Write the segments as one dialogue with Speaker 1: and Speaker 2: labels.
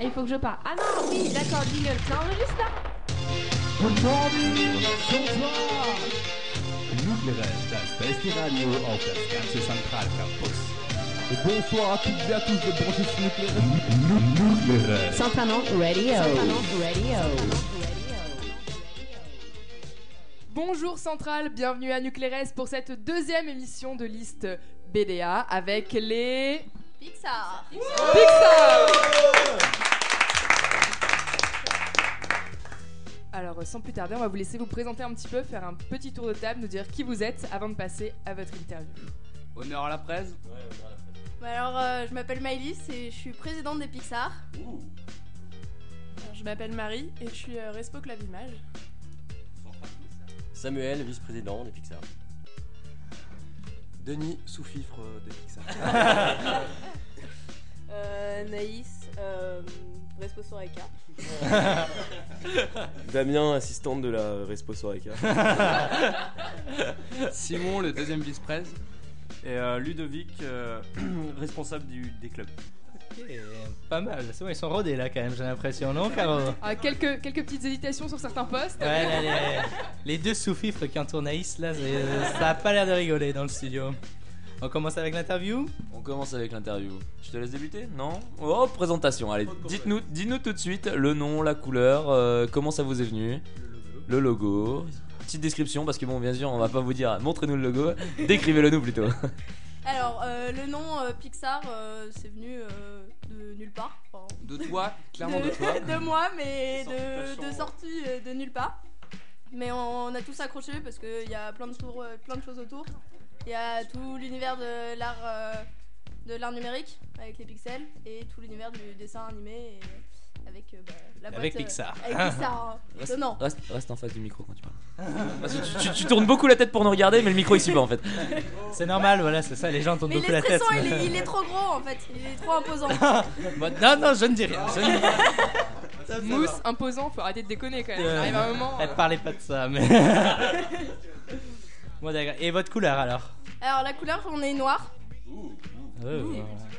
Speaker 1: Et il faut que je parle. Ah non, oui, d'accord, jingle. Ça enregistre là
Speaker 2: Nucleares, das beste Radio auf das ganze Zentralcampus. Bonsoir à toutes et à tous de brancher sur Nucleares.
Speaker 3: Bonjour Centrale, bienvenue à Nuclérès pour cette deuxième émission de liste BDA avec les
Speaker 1: Pixar.
Speaker 3: Pixar Alors sans plus tarder, on va vous laisser vous présenter un petit peu, faire un petit tour de table, nous dire qui vous êtes avant de passer à votre interview.
Speaker 2: Honneur à la presse.
Speaker 4: Bah alors, euh, je m'appelle Maëlys et je suis présidente des Pixar.
Speaker 5: Je m'appelle Marie et je suis euh, Respo Clavimage.
Speaker 6: Samuel, vice-président des Pixar.
Speaker 7: Denis, sous-fifre euh, des Pixar.
Speaker 4: Euh, Naïs, euh, responsable avec
Speaker 6: Damien, assistante de la Respo Soreca.
Speaker 2: Simon, le deuxième vice-presse.
Speaker 8: Et euh, Ludovic, euh, responsable du, des clubs.
Speaker 9: Pas mal, c'est bon, ils sont rodés là quand même, j'ai l'impression, non Caro
Speaker 3: Ah, quelques, quelques petites hésitations sur certains postes.
Speaker 9: Ouais, là, les, les deux sous-fifres qui entourent Naïs là, c'est- ça a pas l'air de rigoler dans le studio. On commence avec l'interview
Speaker 10: On commence avec l'interview. Je te laisse débuter Non Oh, présentation. Allez, dites-nous dites tout de suite le nom, la couleur, euh, comment ça vous est venu, le logo. Petite description, parce que bon, bien sûr, on va pas vous dire montrez-nous le logo, décrivez-le nous plutôt.
Speaker 4: Alors, euh, le nom euh, Pixar, euh, c'est venu euh, de nulle part. Enfin,
Speaker 2: De toi, clairement de
Speaker 4: de,
Speaker 2: toi.
Speaker 4: de moi, mais
Speaker 8: Sans
Speaker 4: de,
Speaker 8: citation.
Speaker 4: de sortie euh, de nulle part. Mais on, on a tous accroché parce qu'il y a plein de, tours, euh, plein de choses autour. Il y a tout l'univers de l'art euh, de l'art numérique avec les pixels et tout l'univers du dessin animé et avec euh, bah, la boîte,
Speaker 9: avec
Speaker 4: euh,
Speaker 9: Pixar.
Speaker 4: Avec Pixar. hein.
Speaker 10: Reste,
Speaker 4: Non.
Speaker 10: reste, reste en face du micro quand tu parles. Parce que tu, tu- tu tournes beaucoup la tête pour nous regarder, mais le micro il suit pas en fait.
Speaker 9: C'est normal, Ah, voilà, c'est ça, les gens tournent
Speaker 4: Mais il
Speaker 9: beaucoup
Speaker 4: est
Speaker 9: la tête.
Speaker 4: stressant,
Speaker 9: mais-
Speaker 4: il est, il est trop gros en fait, il est trop imposant.
Speaker 9: Bon, non, non, je ne dis rien. Je ne dis rien.
Speaker 3: Mousse, imposant, faut arrêter de déconner quand même.
Speaker 9: Euh,
Speaker 3: On arrive à un moment.
Speaker 9: Elle parlait pas de ça, mais. bon, d'accord. Et votre couleur alors
Speaker 4: Alors la couleur, on est noir.
Speaker 9: Oh, voilà.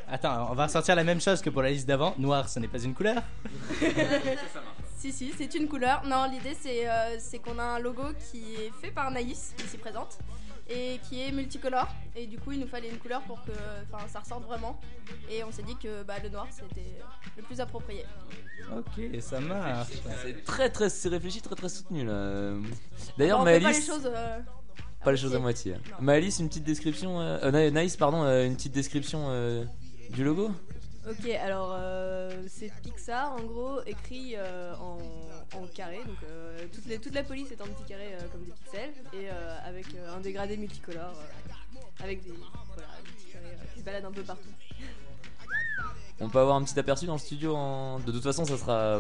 Speaker 9: Attends, on va ressortir la même chose que pour la liste d'avant. Noir, ce n'est pas une couleur.
Speaker 4: Si, si, c'est une couleur. Non, l'idée c'est euh, c'est qu'on a un logo qui est fait par Naïs, ici présente, et qui est multicolore. Et du coup, il nous fallait une couleur pour que enfin, ça ressorte vraiment. Et on s'est dit que bah, le noir c'était le plus approprié.
Speaker 9: Ok, ça marche.
Speaker 10: C'est très très c'est réfléchi, très très soutenu là.
Speaker 4: Enfin,
Speaker 10: D'ailleurs,
Speaker 4: on fait pas les
Speaker 10: Maëlys.
Speaker 4: choses, euh,
Speaker 10: Pas les choses à moitié. Malice, une petite description. euh, euh, Na- Naïs, pardon, euh, une petite description euh, du logo.
Speaker 4: Ok, alors euh, c'est Pixar en gros écrit euh, en, carré, donc euh, toute, la police est en petit carré euh, comme des pixels et euh, avec un dégradé multicolore euh, avec des, petits carrés euh, qui se baladent un peu partout.
Speaker 10: On peut avoir un petit aperçu dans le studio. en- De toute façon, ça sera.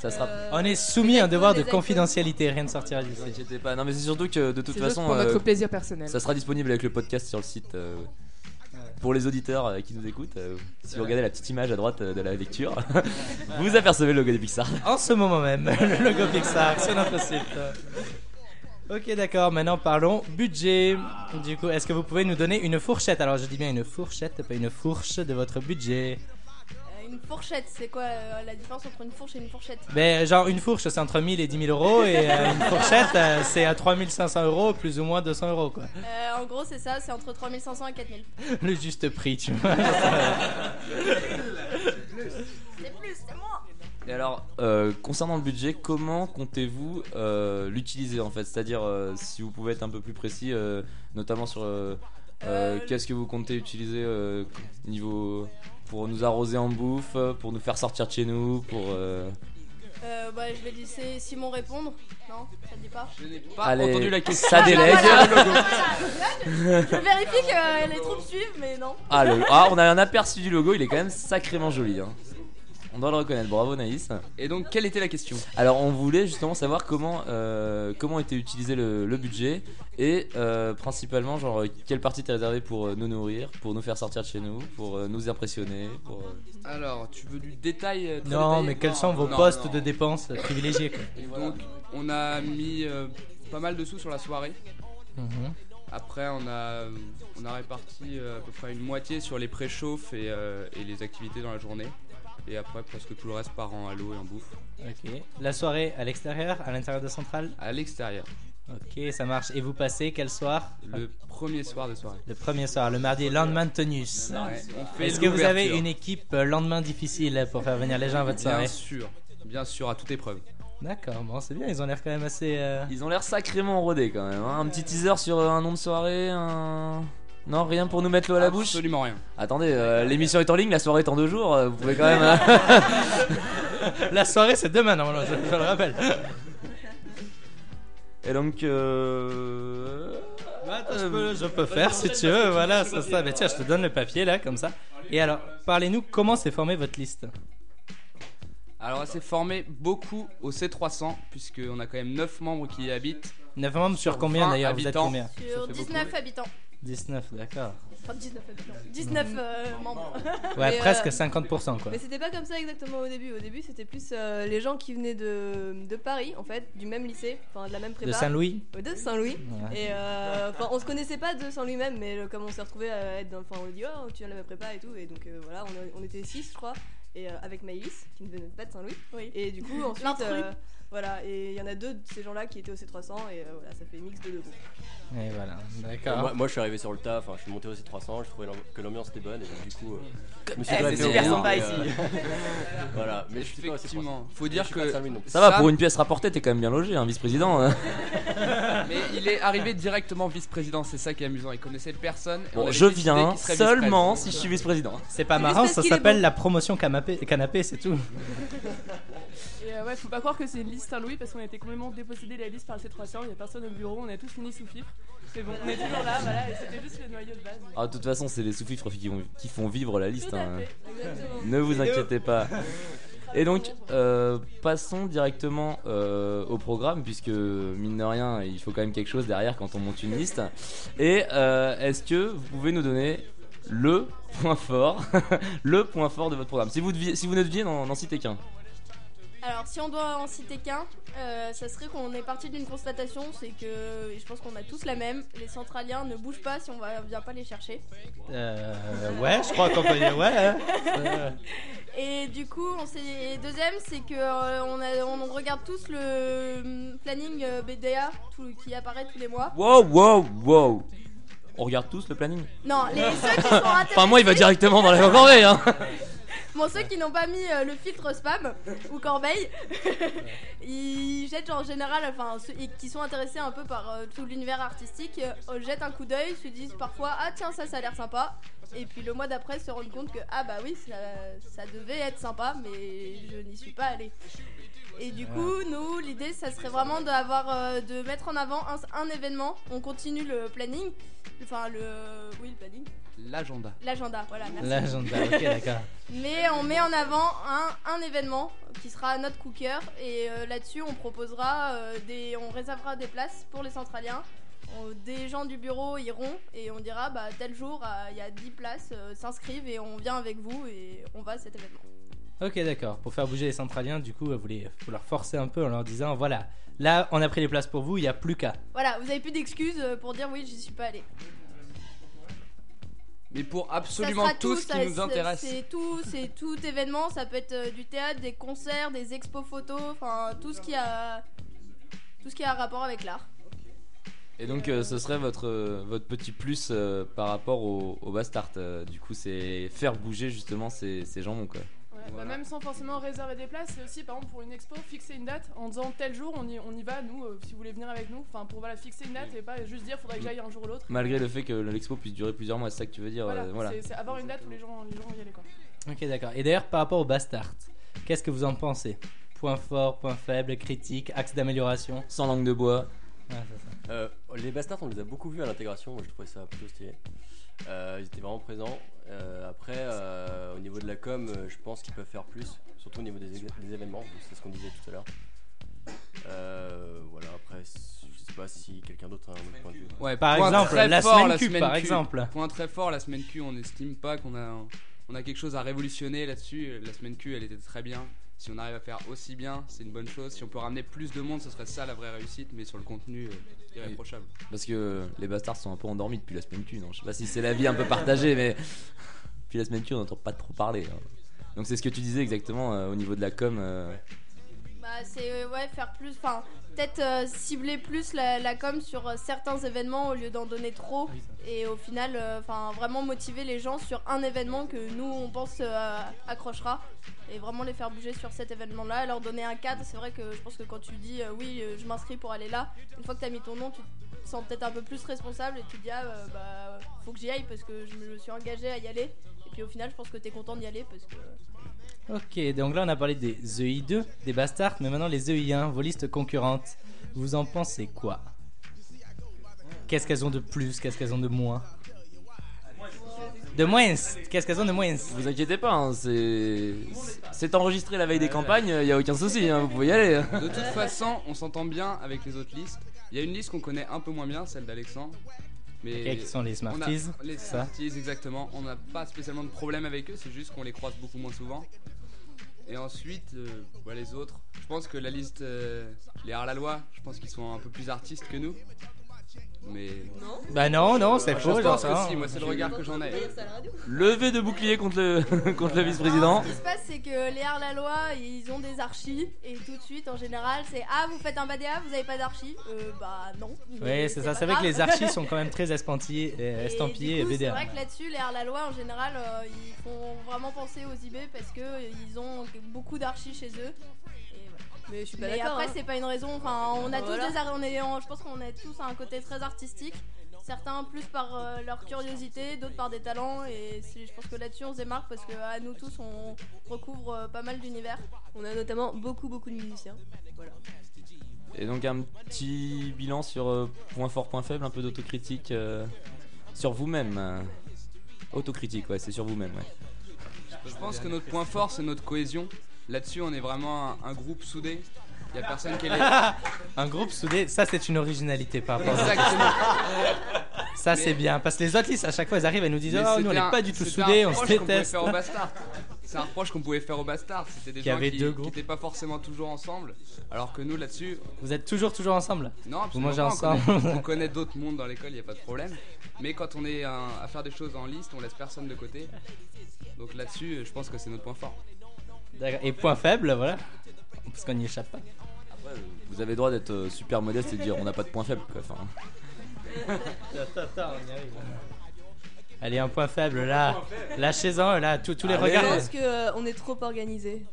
Speaker 10: Ça sera.
Speaker 9: On est soumis à un devoir de
Speaker 4: les icônes.
Speaker 9: confidentialité, rien ne sortira
Speaker 10: Ne vous
Speaker 9: d'ici.
Speaker 10: inquiétez pas. Non, mais c'est surtout que de toute
Speaker 3: C'est juste
Speaker 10: façon,
Speaker 3: pour notre
Speaker 10: euh,
Speaker 3: plaisir personnel.
Speaker 10: ça sera disponible avec le podcast sur le site. euh, Pour les auditeurs euh, qui nous écoutent, euh, si vous regardez la petite image à droite euh, de la lecture, vous apercevez le logo des Pixar.
Speaker 9: En ce moment même, le logo Pixar sur notre site. Ok, d'accord, maintenant parlons budget. Du coup, est-ce que vous pouvez nous donner une fourchette Alors, je dis bien une fourchette, pas une fourche de votre budget.
Speaker 4: Euh, une fourchette, c'est quoi euh, la différence entre une fourche et une fourchette
Speaker 9: Mais Ben, genre, une fourche, c'est entre 1000 et 10 000 euros, et euh, une fourchette, euh, c'est à 3500 euros, plus ou moins 200 euros, quoi.
Speaker 4: Euh, En gros, c'est ça, c'est entre 3500 et 4000.
Speaker 9: Le juste prix, tu vois.
Speaker 4: C'est plus, c'est moins
Speaker 10: Et alors, euh, concernant le budget, comment comptez-vous euh, l'utiliser en fait C'est-à-dire, euh, si vous pouvez être un peu plus précis, euh, notamment sur euh, euh,
Speaker 4: Euh,
Speaker 10: qu'est-ce que vous comptez utiliser euh, niveau pour nous arroser en bouffe, pour nous faire sortir de chez nous, pour euh,
Speaker 4: Euh, bah, je vais laisser Simon répondre. Non, ça te dit pas Ah,
Speaker 2: Pas
Speaker 10: Allez,
Speaker 2: entendu la question.
Speaker 10: ça délègue.
Speaker 4: Je vérifie que euh, les troupes suivent, mais non.
Speaker 10: Ah, le- ah, on a un aperçu du logo, il est quand même sacrément joli. hein. On doit le reconnaître. Bravo Naïs.
Speaker 2: Et donc, quelle était la question
Speaker 10: Alors on voulait justement savoir comment, euh, comment était utilisé le, le budget et euh, principalement genre euh, quelle partie t'as réservée pour euh, nous nourrir, pour nous faire sortir de chez nous, pour euh, nous impressionner, pour... euh,
Speaker 2: Alors, tu veux du détail euh, très
Speaker 9: Non,
Speaker 2: détaillé
Speaker 9: mais quels sont vos
Speaker 2: Non,
Speaker 9: postes
Speaker 2: non.
Speaker 9: de dépenses privilégiés, quoi
Speaker 2: Et donc, on a mis euh, pas mal de sous sur la soirée. Après, on a, on a réparti euh, à peu près une moitié sur les préchauffes et, euh, et les activités dans la journée.
Speaker 11: Et après, presque tout le reste part en halo et en bouffe.
Speaker 9: Ok. La soirée à l'extérieur, à l'intérieur de Centrale
Speaker 11: À l'extérieur.
Speaker 9: Ok, ça marche. Et vous passez quel soir
Speaker 11: Le premier soir de soirée.
Speaker 9: Le premier soir, le mardi, lendemain de tenus.
Speaker 11: Ouais, on fait
Speaker 9: Est-ce que vous avez
Speaker 11: l'ouverture.
Speaker 9: une équipe euh, lendemain difficile pour faire venir les gens à votre soirée
Speaker 11: Bien sûr, bien sûr, à toute épreuve.
Speaker 9: D'accord, bon, c'est bien, ils ont l'air quand même assez. euh,
Speaker 10: Ils ont l'air sacrément rodés quand même. hein. Un petit teaser sur euh, un nom de soirée, un. Non, rien pour nous mettre l'eau à la bouche
Speaker 11: Absolument rien.
Speaker 10: Attendez, euh, l'émission est en ligne, la soirée est en deux jours, euh, vous pouvez quand même. hein.
Speaker 9: La soirée c'est demain, normalement, je, je le rappelle.
Speaker 10: Et donc. euh,
Speaker 9: Bah, je, peux, je peux faire si tu veux, voilà, c'est ça. Mais tiens, je te donne le papier là, comme ça. Et alors, parlez-nous comment s'est formée votre liste
Speaker 11: Alors, elle s'est formée beaucoup au C300, puisqu'on a quand même 9 membres qui y habitent.
Speaker 9: 9 membres sur combien
Speaker 11: 20
Speaker 9: d'ailleurs Vous êtes
Speaker 11: habitants.
Speaker 9: combien
Speaker 4: Sur 19 habitants.
Speaker 9: 19, d'accord.
Speaker 4: Enfin, 19 habitants. 19 euh, membres.
Speaker 9: Ouais,
Speaker 12: Mais,
Speaker 9: presque
Speaker 12: euh,
Speaker 9: 50% quoi.
Speaker 12: Mais c'était pas comme ça exactement au début. Au début, c'était plus euh, les gens qui venaient de, de Paris, en fait, du même lycée, enfin de la même prépa.
Speaker 9: De Saint-Louis.
Speaker 12: Ouais, De Saint-Louis.
Speaker 9: Ouais.
Speaker 12: Et euh, enfin, on se connaissait pas de Saint-Louis même, mais euh, comme on s'est retrouvés à être dans. Enfin, on dit, oh, tu viens de la même prépa et tout. Et donc euh, voilà, on, a- on était 6, je crois. Et euh, avec Maïlis, qui ne venait pas de Saint-Louis. Et du coup, ensuite.
Speaker 4: L'intrus.
Speaker 12: euh, voilà, et il y en a deux de ces gens-là qui étaient au C300, et euh, voilà, ça fait mix de deux groupes.
Speaker 9: Et voilà, d'accord.
Speaker 13: Moi, moi, je suis arrivé sur le tas, enfin, je suis monté au C300, je trouvais l'amb- que l'ambiance était bonne et donc, du coup. euh, je me suis
Speaker 11: Eh, c'est
Speaker 13: planté au
Speaker 11: super
Speaker 13: groupe,
Speaker 11: sympa
Speaker 13: et, euh,
Speaker 11: ici.
Speaker 10: Euh,
Speaker 13: voilà, mais je suis pas au C300.
Speaker 11: Effectivement. Faut
Speaker 13: Mais
Speaker 11: dire
Speaker 13: je suis pas
Speaker 11: que
Speaker 13: à Saint-Louis non plus.
Speaker 10: Ça va, pour une pièce rapportée, t'es quand même bien logé, hein, vice-président. hein.
Speaker 11: Mais il est arrivé directement vice-président, c'est ça qui est amusant. Il connaissait personne. et on
Speaker 10: Bon,
Speaker 11: avait
Speaker 10: je
Speaker 11: décidé
Speaker 10: viens
Speaker 11: qu'il serait
Speaker 10: seulement
Speaker 11: vice-président.
Speaker 10: si je suis vice-président.
Speaker 9: C'est pas marrant, ça s'appelle la promotion canapé, canapé c'est tout.
Speaker 5: Et euh, ouais, faut pas croire que c'est une liste Saint-Louis parce qu'on a été complètement dépossédé de la liste par le C300. Il y a personne au bureau, on a tous fini sous fifre. C'est bon, on est toujours là, voilà, et c'était juste le noyau de base.
Speaker 10: Ah, de toute façon, c'est les sous-fifres qui, vont- qui font vivre la liste.
Speaker 5: à
Speaker 10: hein.
Speaker 5: fait, exactement.
Speaker 10: Ne vous
Speaker 5: Et nous.
Speaker 10: inquiétez pas. Et donc, euh, passons directement euh, au programme, puisque mine de rien, il faut quand même quelque chose derrière quand on monte une liste. Et euh, est-ce que vous pouvez nous donner le point fort, le point fort de votre programme Si vous, deviez- si vous ne deviez n'en n'en citer qu'un.
Speaker 4: Alors, si on doit en citer qu'un, euh, ça serait qu'on est parti d'une constatation, c'est que, et je pense qu'on a tous la même, les centraliens ne bougent pas si on va- vient pas les chercher.
Speaker 9: Euh, ouais, je crois qu'on peut dire ouais. hein. Euh,
Speaker 4: Et du coup, on s'est- et deuxième, c'est que euh, on, a- on regarde tous le euh, planning euh, BDA tout- qui apparaît tous les mois.
Speaker 10: Wow, wow, wow On regarde tous le planning
Speaker 4: Non, les- ceux qui sont intéressés-
Speaker 10: Enfin, moi, il va directement dans la corbeille, hein
Speaker 4: Bon, ceux qui n'ont pas mis euh, le filtre spam ou corbeille, ils jettent en général, enfin, ceux et qui sont intéressés un peu par euh, tout l'univers artistique, euh, jettent un coup d'œil, se disent parfois Ah tiens, ça, ça a l'air sympa. Et puis le mois d'après, se rendent compte que Ah bah oui, ça, ça devait être sympa, mais je n'y suis pas allée. Et du coup, nous, l'idée, ça serait vraiment d'avoir, euh, de mettre en avant un, un événement. On continue le planning, enfin le, oui, le planning,
Speaker 11: L'agenda.
Speaker 4: l'agenda, voilà. merci.
Speaker 9: L'agenda, ok, d'accord.
Speaker 4: Mais on met en avant un, un événement qui sera notre cooker et euh, là-dessus on proposera euh, des, on réservera des places pour les centraliens. On- des gens du bureau iront et on dira bah tel jour euh, il y a 10 places euh, s'inscrivent et on vient avec vous et on va à cet événement.
Speaker 9: Ok, d'accord. Pour faire bouger les centraliens, du coup, vous les, faut leur forcer un peu en leur disant voilà, là, on a pris les places pour vous, il n'y a plus qu'à.
Speaker 4: Voilà, vous avez plus d'excuses euh, pour dire oui j'y suis pas allé.
Speaker 11: Mais pour absolument tout ce qui nous intéresse.
Speaker 4: C'est tout, c'est tout événement, ça peut être euh, du théâtre, des concerts, des expos photos, enfin tout ce qui a tout ce qui a un rapport avec l'art.
Speaker 10: Et donc, euh, ce serait votre, euh, votre petit plus euh, par rapport au, au Bastard. euh, du coup, c'est faire bouger justement ces, ces jambons, quoi.
Speaker 5: Ouais, bah, même sans forcément réserver des places, c'est aussi par exemple pour une expo, fixer une date en disant tel jour on y, on y va, nous, euh, si vous voulez venir avec nous, enfin pour voilà, fixer une date et pas juste dire faudrait que j'aille un jour ou l'autre.
Speaker 10: Malgré le fait que l'expo puisse durer plusieurs mois, c'est ça que tu veux dire
Speaker 5: Voilà,
Speaker 10: euh, voilà.
Speaker 5: c'est- c'est avoir une date où les gens, les gens vont y aller quoi.
Speaker 9: Ok, d'accord. Et d'ailleurs, par rapport au Bastard, qu'est-ce que vous en pensez Point fort, point faible, critique, axe d'amélioration
Speaker 10: Sans langue de bois.
Speaker 13: Euh, les bastards, on les a beaucoup vus à l'intégration. Moi, je trouvais ça plutôt stylé. Euh, ils étaient vraiment présents. Euh, après, euh, au niveau de la com, euh, je pense qu'ils peuvent faire plus, surtout au niveau des, ég- des événements. donc C'est ce qu'on disait tout à l'heure. Euh, voilà, après, c- je sais pas si quelqu'un d'autre a un autre point de vue.
Speaker 11: Ouais,
Speaker 9: Par
Speaker 11: point
Speaker 9: exemple,
Speaker 11: très
Speaker 9: la
Speaker 11: fort,
Speaker 9: semaine
Speaker 11: la
Speaker 9: Q,
Speaker 11: semaine
Speaker 9: par
Speaker 11: Q.
Speaker 9: exemple.
Speaker 11: Point très fort, la semaine Q, on n'estime pas qu'on a, on a quelque chose à révolutionner là-dessus. La semaine Q, elle était très bien. Si on arrive à faire aussi bien, c'est une bonne chose. Si on peut ramener plus de monde, ce serait ça la vraie réussite, mais sur le contenu, euh, irréprochable.
Speaker 10: Parce que euh, les Bastards sont un peu endormis depuis la semaine Q, non Je sais pas si c'est la vie un peu partagée, mais. Depuis la semaine Q, on n'entend pas trop parler. hein. Donc c'est ce que tu disais exactement euh, au niveau de la com. euh,
Speaker 4: Bah, c'est euh, ouais, faire plus, enfin, peut-être euh, cibler plus la, la com sur euh, certains événements au lieu d'en donner trop. Et au final, euh, enfin, vraiment motiver les gens sur un événement que nous, on pense euh, accrochera. Et vraiment les faire bouger sur cet événement-là, leur donner un cadre. C'est vrai que je pense que quand tu dis euh, oui, euh, je m'inscris pour aller là, une fois que tu as mis ton nom, tu te sens peut-être un peu plus responsable et tu te dis ah, euh, bah, faut que j'y aille parce que je me suis engagé à y aller. Et puis au final, je pense que tu es content d'y aller parce que.
Speaker 9: Ok, donc là on a parlé des EI2, des bastards, mais maintenant les EI1, vos listes concurrentes. Vous en pensez quoi Qu'est-ce qu'elles ont de plus Qu'est-ce qu'elles ont de moins De moins Qu'est-ce qu'elles ont de moins
Speaker 10: Vous inquiétez pas, hein, c'est c'est enregistré la veille des campagnes, il y a aucun souci, hein, vous pouvez y aller.
Speaker 11: De toute façon, on s'entend bien avec les autres listes. Il y a une liste qu'on connaît un peu moins bien, celle d'Alexandre. Mais
Speaker 9: Ok, qui sont les
Speaker 11: on a-
Speaker 9: Smarties, c'est
Speaker 11: Les
Speaker 9: ça
Speaker 11: Smarties, exactement. On n'a pas spécialement de problème avec eux, c'est juste qu'on les croise beaucoup moins souvent. Et ensuite, euh, bah, les autres. Je pense que la liste, euh, les Arlalois, je pense qu'ils sont un peu plus artistes que nous. Mais. Non
Speaker 9: Bah non, non, c'est faux,
Speaker 11: Je pense
Speaker 9: Vincent.
Speaker 11: que si, moi, c'est le regard que j'en ai.
Speaker 10: Levé de bouclier contre le, contre le vice-président.
Speaker 4: Ce qui se passe, c'est que les Arlalois, ils ont des archis, et tout de suite, en général, c'est Ah, vous faites un BDA, vous avez pas d'archis Euh, bah non.
Speaker 9: Oui, c'est ça. C'est vrai que les archis sont quand même très espantillés- euh, estampillés
Speaker 4: et
Speaker 9: et
Speaker 4: BDA. C'est
Speaker 9: BDR.
Speaker 4: vrai que là-dessus, les Arlalois, en général, euh, ils font vraiment penser aux IB parce que euh, ils ont beaucoup d'archis chez eux.
Speaker 12: Mais je suis pas
Speaker 4: Mais
Speaker 12: d'accord.
Speaker 4: après,
Speaker 12: hein.
Speaker 4: c'est pas une raison. Enfin, on a tous
Speaker 12: Bah Voilà.
Speaker 4: des ar- on est, on- je pense qu'on a tous un côté très artistique. Certains plus par euh, leur curiosité, d'autres par des talents. Et c'est- je pense que là-dessus, on se démarque parce que à nous tous, on recouvre euh, pas mal d'univers.
Speaker 12: On a notamment beaucoup, beaucoup de musiciens. Voilà.
Speaker 10: Et donc un petit bilan sur euh, point fort, point faible, un peu d'autocritique euh, sur vous-même. euh. Autocritique, ouais, c'est sur vous-même, ouais.
Speaker 11: Je pense que notre point fort, c'est notre cohésion. Là-dessus, on est vraiment un, un groupe soudé. Il n'y a personne qui est.
Speaker 9: Un groupe soudé, ça c'est une originalité par rapport à ça.
Speaker 11: Exactement.
Speaker 9: Ça c'est bien, parce que les autres listes à chaque fois ils arrivent et nous disent
Speaker 11: Mais
Speaker 9: Oh, nous
Speaker 11: c'était
Speaker 9: on n'est
Speaker 11: un-
Speaker 9: pas du tout
Speaker 11: c'était un
Speaker 9: soudés, on se
Speaker 11: reproche qu'on pouvait
Speaker 9: déteste.
Speaker 11: faire aux Bastards. C'est un reproche qu'on pouvait faire aux Bastards. C'était des
Speaker 9: Qu'il y
Speaker 11: gens
Speaker 9: avait
Speaker 11: qui
Speaker 9: deux
Speaker 11: qui
Speaker 9: groupes.
Speaker 11: n'étaient pas forcément toujours ensemble. Alors que nous, là-dessus,
Speaker 9: Vous êtes toujours, toujours ensemble
Speaker 11: non,
Speaker 9: Vous
Speaker 11: absolument
Speaker 9: mangez
Speaker 11: pas,
Speaker 9: ensemble
Speaker 11: On connaît, on connaît d'autres mondes dans l'école, il n'y a pas de problème. Mais quand on est hein, à faire des choses en liste, on laisse personne de côté. Donc là-dessus, euh, je pense que c'est notre point fort.
Speaker 9: D'accord. Et point faible, voilà. Parce qu'on n'y échappe pas.
Speaker 10: Vous avez le droit d'être euh, super modeste et de dire on n'a pas de point faible, quoi. Enfin,
Speaker 9: Allez, un point faible là. Lâchez-en là, tous tous les
Speaker 10: Allez.
Speaker 9: regards.
Speaker 12: Je pense que euh, on est trop organisé.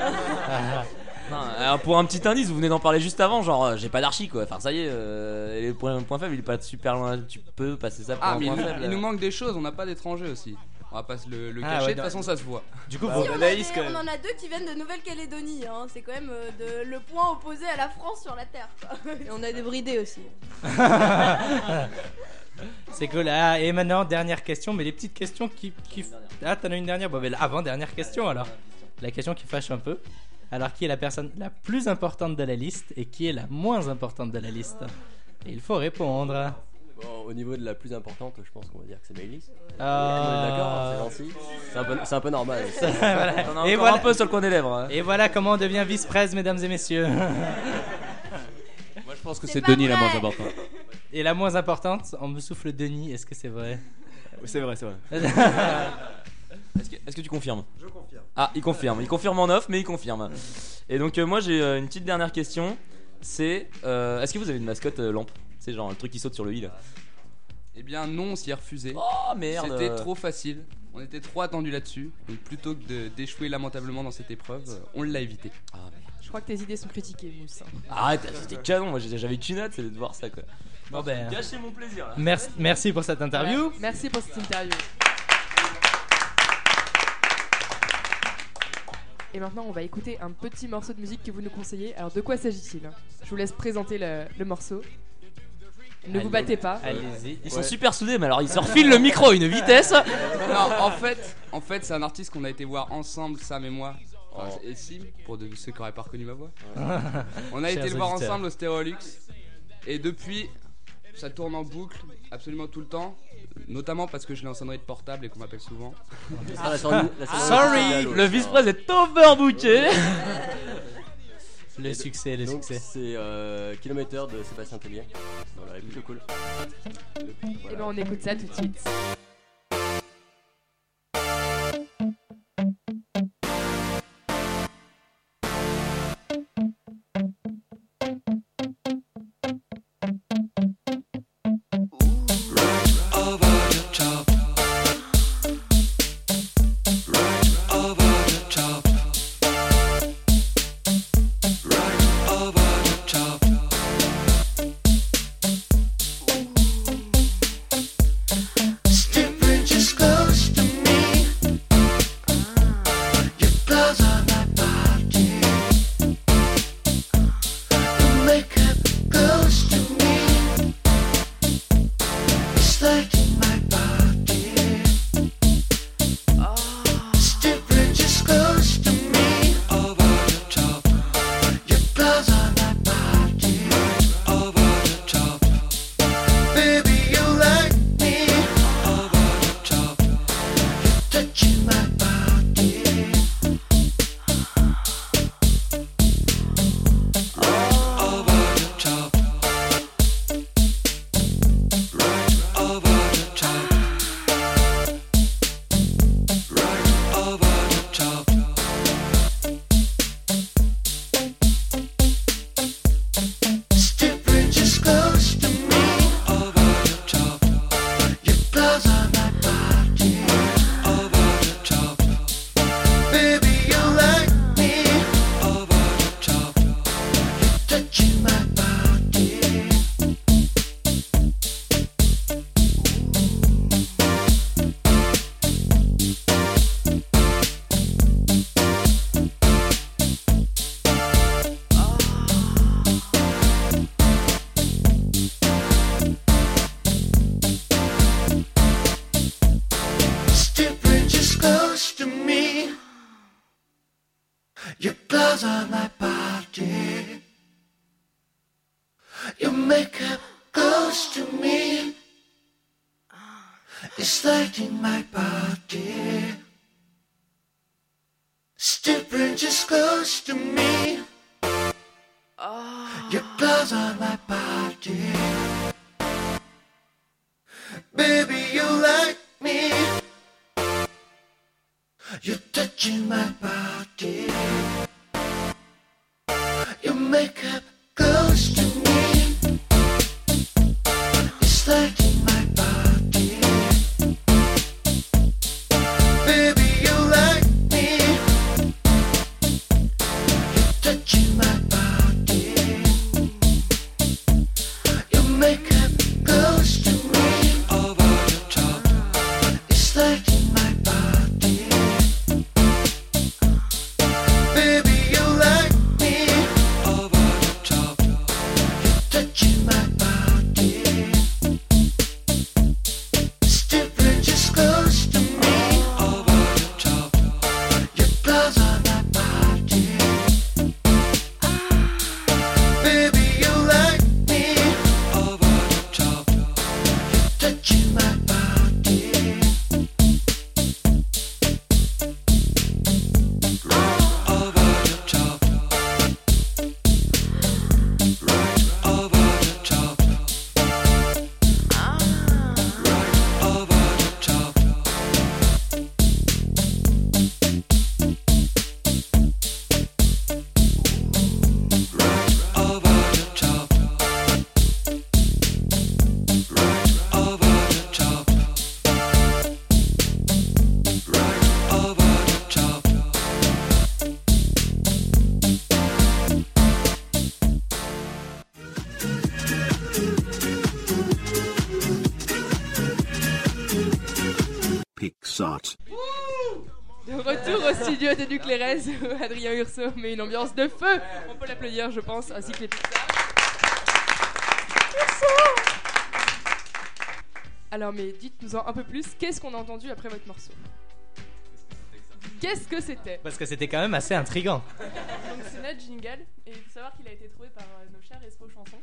Speaker 9: Ah,
Speaker 10: Non, alors, pour un petit indice, vous venez d'en parler juste avant, genre euh, j'ai pas d'archi quoi. Enfin ça y est, euh, et le point, point faible il est pas super loin. Tu peux passer ça pour
Speaker 11: Ah,
Speaker 10: un
Speaker 11: mais il
Speaker 10: point
Speaker 11: nous,
Speaker 10: faible.
Speaker 11: il nous manque des choses, on n'a pas d'étrangers aussi. On va pas se le, le
Speaker 10: Ah,
Speaker 11: cacher,
Speaker 10: ouais,
Speaker 11: de toute
Speaker 10: non.
Speaker 11: façon, ça se voit.
Speaker 10: Du coup,
Speaker 11: Bah,
Speaker 10: vous-
Speaker 11: on a-
Speaker 10: Anaïs, quand
Speaker 4: Ah, on
Speaker 10: même.
Speaker 4: en a deux qui viennent de Nouvelle-Calédonie. hein. C'est quand même euh, de- le point opposé à la France sur la Terre.
Speaker 12: Et on a des bridés aussi.
Speaker 9: C'est cool. Ah, et maintenant, dernière question, mais les petites questions qui. qui... Ah, t'en as une dernière Bon, mais avant-dernière question alors. La question qui fâche un peu. Alors, qui est la personne la plus importante de la liste et qui est la moins importante de la liste Et il faut répondre.
Speaker 13: Bon, au niveau de la plus importante, je pense qu'on va dire que c'est Maëlys.
Speaker 9: Euh, Ah.
Speaker 13: On est D'accord, hein, c'est gentil. C'est un peu, c'est un peu normal.
Speaker 9: Voilà.
Speaker 13: T'en as
Speaker 9: Et
Speaker 13: encore
Speaker 9: voilà.
Speaker 13: un peu sur le coin des lèvres. hein.
Speaker 9: Et voilà comment on devient vice-presse, mesdames et messieurs.
Speaker 10: Moi, je pense que C'est c'est pas Denis la vrai. moins importante.
Speaker 9: Et la moins importante, on me souffle Denis, est-ce que c'est vrai
Speaker 10: C'est vrai, c'est vrai. Est-ce que, est-ce que tu confirmes
Speaker 7: Je confirme.
Speaker 10: Ah, il confirme. Il confirme en off, mais il confirme. Et donc, euh, moi, j'ai euh, une petite dernière question. C'est euh, est-ce que vous avez une mascotte euh, lampe C'est genre le truc qui saute sur le i là.
Speaker 11: Eh bien non, on s'y est refusé.
Speaker 10: Oh, merde.
Speaker 11: C'était trop facile. On était trop attendu là-dessus. Donc plutôt que de- d'échouer lamentablement dans cette épreuve, euh, on l'a évité.
Speaker 10: Ah,
Speaker 3: Je crois que tes idées sont critiquées, Mus.
Speaker 10: Arrête, c'était canon. Euh, Moi, j'ai- j'avais qu'une hâte, c'est de voir ça quoi.
Speaker 9: Bon, ben,
Speaker 10: Gâchez mon plaisir là.
Speaker 9: Merci, merci pour cette interview.
Speaker 3: Ouais, Merci pour cette interview. Et maintenant, on va écouter un petit morceau de musique que vous nous conseillez. Alors, de quoi s'agit-il Je vous laisse présenter le, le morceau. Ne vous
Speaker 10: Allez.
Speaker 3: battez pas.
Speaker 10: Allez-y. Ils sont
Speaker 11: Ouais.
Speaker 10: super soudés, mais alors ils se refilent le micro à une vitesse.
Speaker 11: Non, en fait, en fait, c'est un artiste qu'on a été voir ensemble, Sam et moi. Enfin,
Speaker 10: Oh.
Speaker 11: Et Sim, pour de- ceux qui n'auraient pas reconnu ma voix.
Speaker 10: Ouais.
Speaker 11: On a été
Speaker 10: Chers
Speaker 11: le voir
Speaker 10: auditeurs.
Speaker 11: ensemble au Stereolux. Et depuis, ça tourne en boucle absolument tout le temps. Notamment parce que je l'ai en sonnerie de portable et qu'on m'appelle souvent.
Speaker 13: Ah, la sonnerie- la sonnerie
Speaker 10: Sorry, le vice-président est overbooké.
Speaker 9: Le succès, le
Speaker 13: Donc,
Speaker 9: succès.
Speaker 13: C'est euh, Kilomètre de Sébastien Tellier. Voilà, et plutôt cool.
Speaker 3: Et ben, on écoute ça tout de suite.
Speaker 14: You close on my body. Your makeup goes to me. It's lighting my body. Stupid just close to me. Your gloves on my body. Baby, you like me. You're touching my body. Your makeup goes to me. It's lighting my body. Baby, you like me. You're touching my body. Your makeup goes to me over the top. It's lighting my body. Baby, you like me over the top. You're touching my body. Stupid just close to me over the top. Your gloves on my body. Baby, you like me over the top. You're touching my body. Over the top. Right over the top. Right over the top. Right over the top. Right over the top. Right over the top.
Speaker 15: Pixart.
Speaker 3: De retour au studio de Nuclérez, où Adrien Urso met une ambiance de feu. On peut l'applaudir, je pense, ainsi que les Pixar. Alors, mais dites-nous-en un peu plus, qu'est-ce qu'on a entendu après votre morceau Qu'est-ce que c'était
Speaker 9: Parce que c'était quand même assez intriguant.
Speaker 5: Donc c'est notre jingle et il faut savoir qu'il a été trouvé par euh, nos chers Respo Chansons.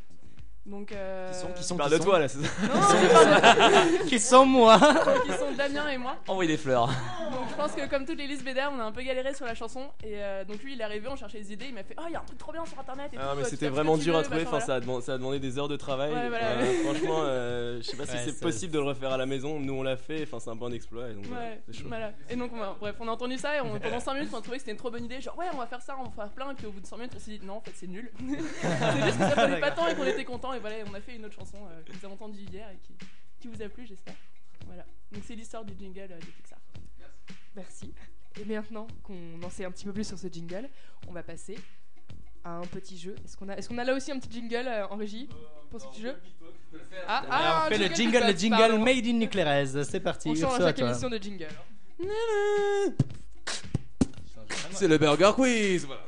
Speaker 5: Donc euh...
Speaker 9: Qui sont- qui
Speaker 10: sont- Parle qui de sont toi, là, c'est ça
Speaker 5: Non,
Speaker 10: Qui sont-
Speaker 5: je parle de-
Speaker 9: Qui sont moi
Speaker 5: Qui sont Damien et moi.
Speaker 10: Envoyez des fleurs.
Speaker 5: Donc je pense que comme toutes les listes BDR, on a un peu galéré sur la chanson et euh, donc lui il est arrivé, on cherchait des idées, il m'a fait "Oh, il y a un truc trop bien sur internet et
Speaker 10: Ah,
Speaker 5: tout,
Speaker 10: mais
Speaker 5: euh, tu
Speaker 10: c'était
Speaker 5: tapes ce
Speaker 10: vraiment
Speaker 5: que tu
Speaker 10: dur à
Speaker 5: veux,
Speaker 10: trouver,
Speaker 5: machin,
Speaker 10: enfin, ça,
Speaker 5: voilà.
Speaker 10: a demandé, ça a demandé des heures de travail.
Speaker 5: Ouais,
Speaker 10: donc,
Speaker 5: voilà.
Speaker 10: euh, franchement, euh, je sais pas si
Speaker 5: Ouais,
Speaker 10: c'est
Speaker 5: ça-
Speaker 10: possible de le refaire à la maison. Nous, on l'a fait, enfin, c'est un bon exploit. et donc, euh,
Speaker 5: Ouais,
Speaker 10: c'est chaud.
Speaker 5: voilà. Et donc, on a- bref, on a entendu ça et on- pendant 5 minutes, on a trouvé que c'était une trop bonne idée. Genre, ouais, on va faire ça, on va faire plein. Et puis au bout de 5 minutes, on s'est dit, non, en fait, c'est nul. c'est juste que ça prenait pas tant et qu'on était contents. Et voilà, et on a fait une autre chanson euh, que vous avez entendue hier et qui, qui vous a plu, j'espère. Voilà. Donc, c'est l'histoire du jingle euh, de Pixar.
Speaker 10: Ah,
Speaker 3: Merci. Et maintenant qu'on en sait un petit peu plus sur ce jingle, on va passer à un petit jeu. Est-ce qu'on a, est-ce qu'on a là aussi un petit jingle euh, en régie pour ce petit jeu ah,
Speaker 9: Alors,
Speaker 3: ah,
Speaker 9: on fait le
Speaker 3: un
Speaker 9: jingle, le
Speaker 3: beatbox,
Speaker 9: jingle
Speaker 3: pardon.
Speaker 9: made in Nuclérez. C'est parti,
Speaker 3: On change
Speaker 9: Urso,
Speaker 3: à
Speaker 9: à
Speaker 3: chaque
Speaker 9: toi.
Speaker 3: émission de jingle. hein.
Speaker 8: C'est le Burger Quiz voilà.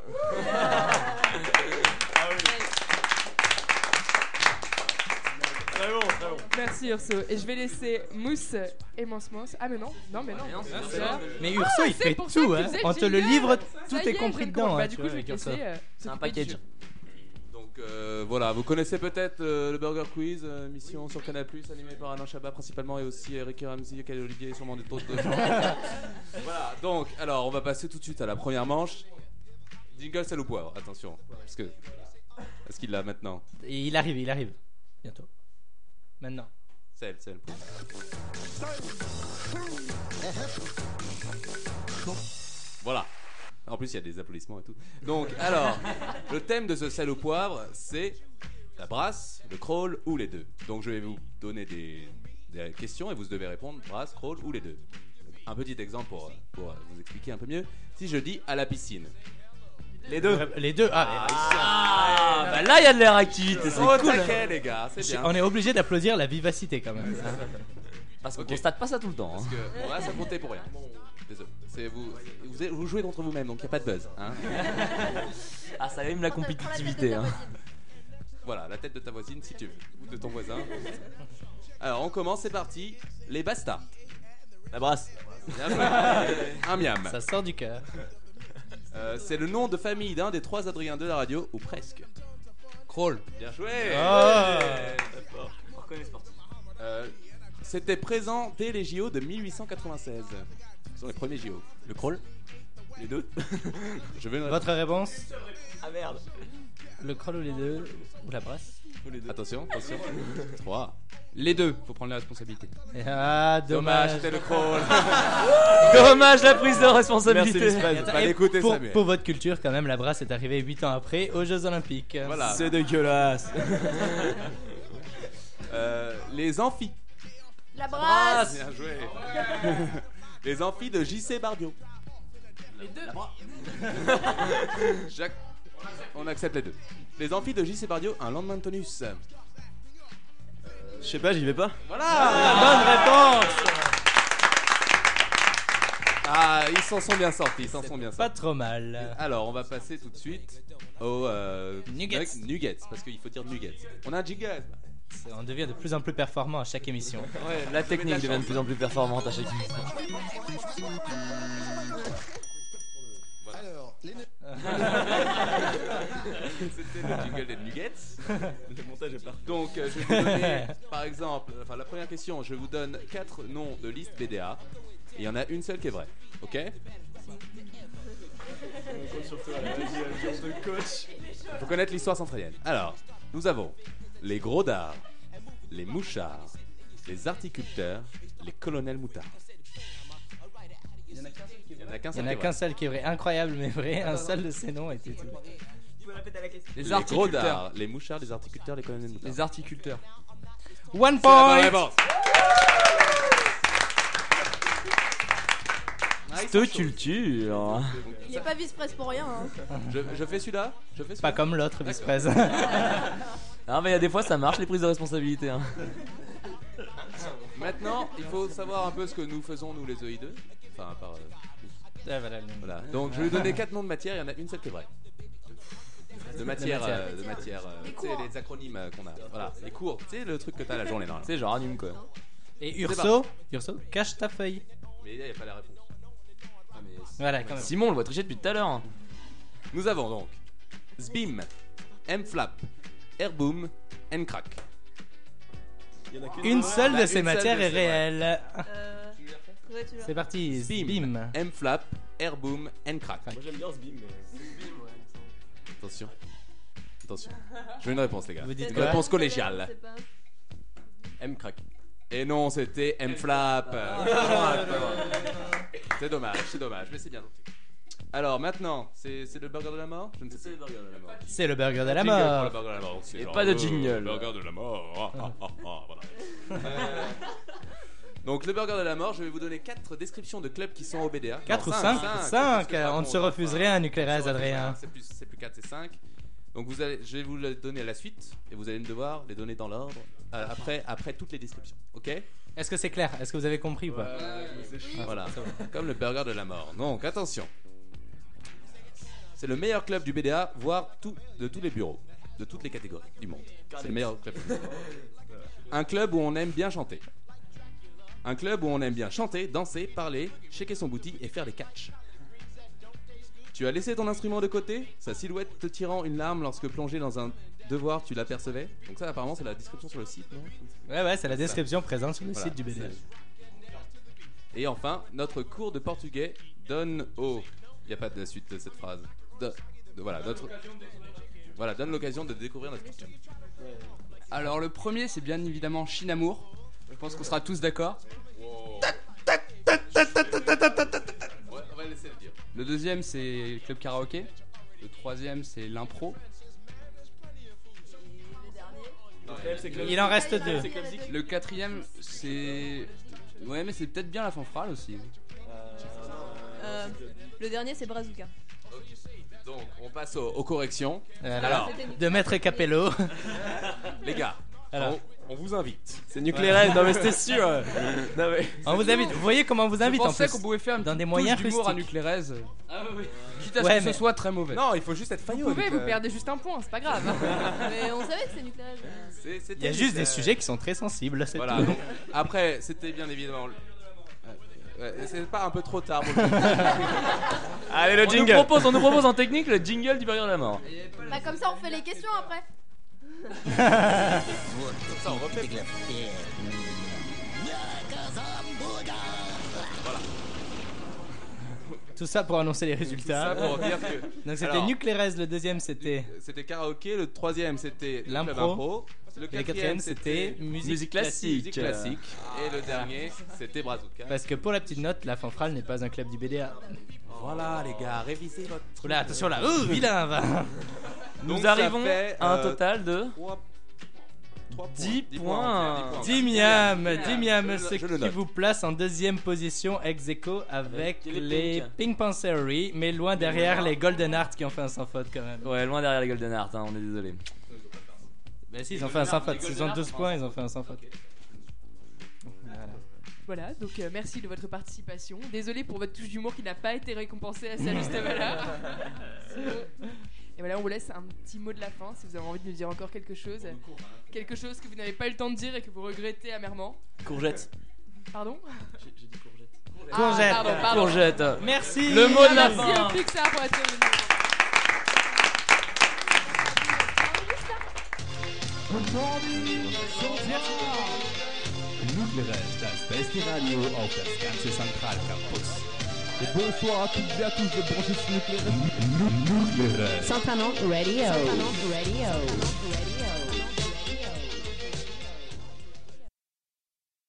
Speaker 10: Très bon, très bon.
Speaker 3: Merci Urso. Et je vais laisser Mousse et Mance Mance. Ah mais non, non mais non.
Speaker 9: c'est
Speaker 3: Ah,
Speaker 9: bon. Mais Urso, il
Speaker 3: c'est
Speaker 9: fait
Speaker 3: pour
Speaker 9: tout,
Speaker 3: ça que tu
Speaker 9: hein.
Speaker 3: faisais
Speaker 9: On te le
Speaker 3: jingle.
Speaker 9: livre,
Speaker 3: Ça
Speaker 9: tout
Speaker 3: y
Speaker 9: est compris
Speaker 3: je le
Speaker 9: dedans,
Speaker 3: comprends.
Speaker 9: hein,
Speaker 3: Bah du
Speaker 9: tu
Speaker 3: coup, je
Speaker 9: vois,
Speaker 3: vais te
Speaker 9: avec Urso.
Speaker 3: laisser. euh,
Speaker 9: C'est un
Speaker 3: s'occuper du
Speaker 9: package.
Speaker 3: jeu.
Speaker 8: Donc euh, voilà, vous connaissez peut-être euh, le Burger Quiz, euh, émission sur Canal+, animée par Alain Chabat principalement et aussi Eric Ramsey, Kyle Olivier et sûrement des autres gens. voilà, donc alors on va passer tout de suite à la première manche. Jingle sel ou poivre, attention, parce que est-ce qu'il l'a maintenant
Speaker 9: Et Il arrive, il arrive. Bientôt. Maintenant.
Speaker 8: Sel, sel. Voilà. En plus, il y a des applaudissements et tout. Donc, alors, le thème de ce sel au poivre, c'est la brasse, le crawl ou les deux. Donc, je vais vous donner des, des questions et vous devez répondre brasse, crawl ou les deux. Un petit exemple pour, pour vous expliquer un peu mieux. Si je dis à la piscine. Les deux.
Speaker 9: Les deux. Ah,
Speaker 8: Ah,
Speaker 9: bah là, il y a de l'air activité, c'est
Speaker 8: Au
Speaker 9: cool.
Speaker 8: taquet, Oh, les gars, c'est bien.
Speaker 9: On est obligé d'applaudir la vivacité quand même. hein.
Speaker 10: Parce
Speaker 8: Ok.
Speaker 10: qu'on constate pas ça tout le temps.
Speaker 8: Parce
Speaker 10: hein.
Speaker 8: que bon, là, ça comptait pour rien. Désolé. C'est vous, vous, vous jouez contre vous-même, donc il n'y a pas de buzz. hein.
Speaker 10: Ah, ça aime la compétitivité. hein.
Speaker 8: Voilà, la tête de ta voisine, si tu veux, ou de ton voisin. Alors, on commence, c'est parti. Les bastards. La brasse. Bien joué. Un miam.
Speaker 9: Ça sort du cœur.
Speaker 8: Euh, c'est le nom de famille d'un des trois Adrien de la radio, ou presque. Kroll. Bien joué
Speaker 10: Ah.
Speaker 8: Ouais, très fort. Euh, C'était présent dès les JO de 1896. Ce sont les premiers JO. Le Kroll Les deux Je vais une
Speaker 9: Votre réponse
Speaker 10: Ah merde.
Speaker 9: Le crawl ou les deux Ou la brasse
Speaker 8: Attention, attention. 3.
Speaker 11: Les deux, faut prendre la responsabilité.
Speaker 9: Ah, dommage.
Speaker 11: c'était le crawl.
Speaker 9: Dommage
Speaker 10: la prise de
Speaker 11: responsabilité.
Speaker 9: Merci, Miss Paz.
Speaker 11: Et attends,
Speaker 9: Fallait
Speaker 11: et
Speaker 9: écouter
Speaker 11: pour-
Speaker 9: ça, mais- pour, votre culture, quand même, la brasse est arrivée 8 ans après aux Jeux Olympiques.
Speaker 8: Voilà.
Speaker 9: C'est dégueulasse.
Speaker 8: Euh, les amphis.
Speaker 4: La brasse
Speaker 8: Bien joué Les amphis de JC Bardio.
Speaker 5: Les deux.
Speaker 8: Jacques. On accepte les deux. Les amphis de JC Bardio, un lendemain de tonus. Euh,
Speaker 6: Je sais pas, j'y vais pas.
Speaker 8: Voilà
Speaker 6: Ah, bonne réponse
Speaker 8: Ah, ils s'en sont bien sortis, ils s'en sont bien sortis.
Speaker 9: Pas trop mal.
Speaker 8: Alors, on va passer tout de suite aux euh, nuggets. nuggets, parce qu'il faut dire nuggets. On a un giga.
Speaker 9: On devient de plus en plus performant à chaque émission.
Speaker 8: Ouais, la technique devient de plus en
Speaker 9: plus performante à chaque émission.
Speaker 14: Alors, les
Speaker 8: C'était le jingle des nuggets.
Speaker 6: Le montage est parfait.
Speaker 8: Donc, euh, je vais vous donner, par exemple, enfin la première question, je vous donne quatre noms de liste BDA. Et il y en a une seule qui est vraie. Ok
Speaker 6: euh,
Speaker 8: Il faut connaître l'histoire centralienne. Alors, nous avons les gros dards, les mouchards, les articulteurs, les colonels moutards. Il n'y en a qu'un
Speaker 9: Il
Speaker 8: seul
Speaker 9: n'y en a
Speaker 8: qui est
Speaker 9: qu'un
Speaker 8: vrai.
Speaker 9: seul qui est vrai. Incroyable, mais vrai. Un seul de ces noms était tout.
Speaker 8: Les,
Speaker 9: Les
Speaker 8: gros
Speaker 9: articulteurs.
Speaker 8: dards, les mouchards, les articulteurs, les colonels moutards.
Speaker 11: Les articulteurs.
Speaker 9: One
Speaker 8: C'est la bonne
Speaker 9: point
Speaker 8: réponse.
Speaker 10: Cette culture.
Speaker 4: Il est pas vice-presse pour rien. hein.
Speaker 8: Je, je fais celui-là Je fais celui-là
Speaker 10: Pas comme l'autre
Speaker 8: vice-presse.
Speaker 10: Non mais il y a des fois ça marche les prises de responsabilité. hein.
Speaker 8: Maintenant, il faut savoir un peu ce que nous faisons, nous les EI2. Enfin, à part. euh, Voilà. Donc, je vais vous donner 4 noms de matière, il y en a une seule qui est vraie. De matière,
Speaker 10: matière.
Speaker 8: euh, de matière, euh,
Speaker 10: Les
Speaker 8: tu sais,
Speaker 10: cours.
Speaker 8: les acronymes euh, qu'on a. Voilà, les cours, tu sais, le truc que t'as la journée. normalement.
Speaker 10: C'est genre anime quoi.
Speaker 9: Et
Speaker 8: C'est
Speaker 9: Urso,
Speaker 8: parti.
Speaker 9: Urso, cache ta feuille.
Speaker 8: Mais il n'y a pas la réponse. Ah, mais-
Speaker 9: Voilà, quand même.
Speaker 10: Simon on le voit tricher depuis tout à l'heure.
Speaker 8: Nous avons donc Zbim, M-Flap, Airboom, N-Crack.
Speaker 9: Une seule de
Speaker 8: La- Bah, une
Speaker 9: ces
Speaker 8: seule
Speaker 9: matières
Speaker 8: de
Speaker 9: est
Speaker 8: ces vraies.
Speaker 9: réelle. C'est
Speaker 12: C'est
Speaker 9: parti, Zbim.
Speaker 8: M-Flap, Airboom, N-Crack.
Speaker 6: j'aime bien ce bim, mais.
Speaker 8: Attention. Attention. Je veux une réponse, les gars.
Speaker 6: Vous dites
Speaker 8: une
Speaker 6: quoi
Speaker 8: réponse collégiale.
Speaker 6: M crack.
Speaker 8: Et non, c'était M flap. C'est dommage, c'est dommage, mais c'est bien noté. Alors maintenant, c'est c'est le burger de la mort Je ne sais pas. C'est le burger de la mort.
Speaker 9: C'est le burger de la
Speaker 8: Jingle
Speaker 9: mort.
Speaker 8: pour le burger
Speaker 9: Et pas de jingle.
Speaker 8: de la mort, c'est genre le burger de la mort. Ah, ah, ah, voilà. Euh, Donc le burger de la mort, je vais vous donner 4 descriptions de clubs qui sont au BDA.
Speaker 9: 4 ou
Speaker 8: Non,
Speaker 9: 5
Speaker 8: cinq,
Speaker 9: 5
Speaker 8: parce que
Speaker 9: On ne se
Speaker 8: raconte,
Speaker 9: refuse rien à Nucléaire, Adrien.
Speaker 8: hein. C'est plus, c'est plus 4, c'est 5. Donc vous allez, je vais vous le donner à la suite et vous allez me devoir les donner dans l'ordre euh, après, après toutes les descriptions. Ok
Speaker 9: Est-ce que c'est clair Est-ce que vous avez compris ou pas
Speaker 8: Ah, Voilà, comme le burger de la mort. Donc attention. C'est le meilleur club du BDA, voire tout, de tous les bureaux, de toutes les catégories du monde. C'est le meilleur club. Un club où on aime bien chanter. Un club où on aime bien chanter, danser, parler, checker son bouti et faire les catchs. Tu as laissé ton instrument de côté, sa silhouette te tirant une larme lorsque plongé dans un devoir, tu l'apercevais. Donc ça apparemment c'est la description sur le site, non
Speaker 9: Ouais, ouais, c'est la
Speaker 8: ça.
Speaker 9: description présente sur le
Speaker 8: Voilà,
Speaker 9: site du BDL.
Speaker 8: Et enfin, notre cours de portugais donne au. Il n'y a pas de suite de cette phrase. Do- de- Voilà, notre. Voilà, donne l'occasion de découvrir notre culture.
Speaker 11: Alors le premier, c'est bien évidemment Chinamour. Je pense qu'on sera tous d'accord.
Speaker 8: Ouais, on va laisser le dire.
Speaker 11: Le deuxième, c'est Club Karaoké. Le troisième, c'est l'impro.
Speaker 9: Il en reste deux.
Speaker 11: Le quatrième, c'est. Ouais, mais c'est peut-être bien la fanfrale aussi.
Speaker 12: Euh, le dernier, c'est Brazuca.
Speaker 8: Donc, on passe aux, aux corrections.
Speaker 9: Voilà.
Speaker 8: Alors,
Speaker 9: Euh, De Maître Capello.
Speaker 8: les gars,
Speaker 9: Alors.
Speaker 8: on, on vous invite.
Speaker 9: C'est
Speaker 10: nucléaire, non, mais c'était sûr. Non, mais-
Speaker 9: On vous invite, vous voyez comment on vous invite
Speaker 11: Je
Speaker 9: en
Speaker 11: pensais
Speaker 9: plus.
Speaker 11: qu'on pouvait faire une
Speaker 9: dans des
Speaker 11: petite
Speaker 9: moyens
Speaker 11: touche d'humour à
Speaker 9: rustiques.
Speaker 11: Nuclérez. Ah oui. Quitte à
Speaker 9: Ouais,
Speaker 11: ce que
Speaker 9: mais-
Speaker 11: ce soit très mauvais.
Speaker 8: Non, il faut juste être faillot.
Speaker 3: Vous pouvez, vous perdez juste un point, c'est pas grave.
Speaker 4: euh, Mais on savait que c'était nucléaire.
Speaker 8: Ah
Speaker 9: Il y a juste des sujets qui sont très sensibles. c'est
Speaker 8: Voilà,
Speaker 9: tout.
Speaker 8: donc, après, c'était bien évidemment. Ouais, et c'est pas un peu trop tard pour le
Speaker 10: Allez, le jingle. propose, on nous propose en technique le jingle du barrière de la mort.
Speaker 4: Bah, comme ça, on fait les questions après.
Speaker 8: Comme ça, on refait.
Speaker 9: Tout ça pour annoncer les résultats.
Speaker 8: ça pour dire que-
Speaker 9: Donc c'était
Speaker 8: Alors-
Speaker 9: Nuclérez, le deuxième c'était.
Speaker 8: C'était karaoké, le troisième c'était le club
Speaker 9: L'impro.
Speaker 8: impro,
Speaker 9: Et
Speaker 8: le
Speaker 9: le quatrième,
Speaker 8: quatrième c'était
Speaker 9: c'était musique classique.
Speaker 8: musique classique. et le dernier c'était Brazuca.
Speaker 9: Parce que pour la petite note, la fanfrale n'est pas un club du BDA.
Speaker 8: Voilà les gars, révisez votre.
Speaker 9: Oula, attention là, oh, vilain va
Speaker 10: Nous
Speaker 9: Donc, ça
Speaker 10: arrivons
Speaker 9: fait,
Speaker 10: à un
Speaker 9: euh,
Speaker 10: total de 10 points.
Speaker 9: Dim Yam, Dim Yam,
Speaker 10: Je le-
Speaker 9: ce
Speaker 10: je le
Speaker 9: qui
Speaker 10: note.
Speaker 9: vous place en deuxième position ex aequo avec
Speaker 10: Avec les
Speaker 9: les
Speaker 10: Pink.
Speaker 9: Pink Panthery, mais loin derrière les Golden Hearts qui ont fait un sans faute quand même.
Speaker 10: Ouais, loin derrière les Golden Hearts, hein, on est désolé.
Speaker 9: Bah si, ils ont fait un sans faute, ils ont 12 points, ils ont fait un sans faute. Voilà.
Speaker 3: Voilà, donc euh, merci de votre participation. Désolé pour votre touche d'humour qui n'a pas été récompensée à sa juste valeur. Et voilà, on vous laisse un petit mot de la fin si vous avez envie de nous dire encore quelque chose. Quelque chose que vous n'avez pas eu le temps de dire et que vous regrettez amèrement.
Speaker 10: Courgette.
Speaker 3: Pardon J'ai dit courgette.
Speaker 10: Courgette.
Speaker 3: pardon, pardon.
Speaker 10: Courgette. Merci. Le mot de la
Speaker 3: Merci
Speaker 10: fin.
Speaker 3: au Pixar pour être venu.
Speaker 2: Nucleares, das beste Radio auf das ganze Zentralcampus. Bonsoir à toutes et à tous de Branches Nucleaires. Nucleares.
Speaker 1: Santanon Radio.
Speaker 2: Santanon
Speaker 1: Radio.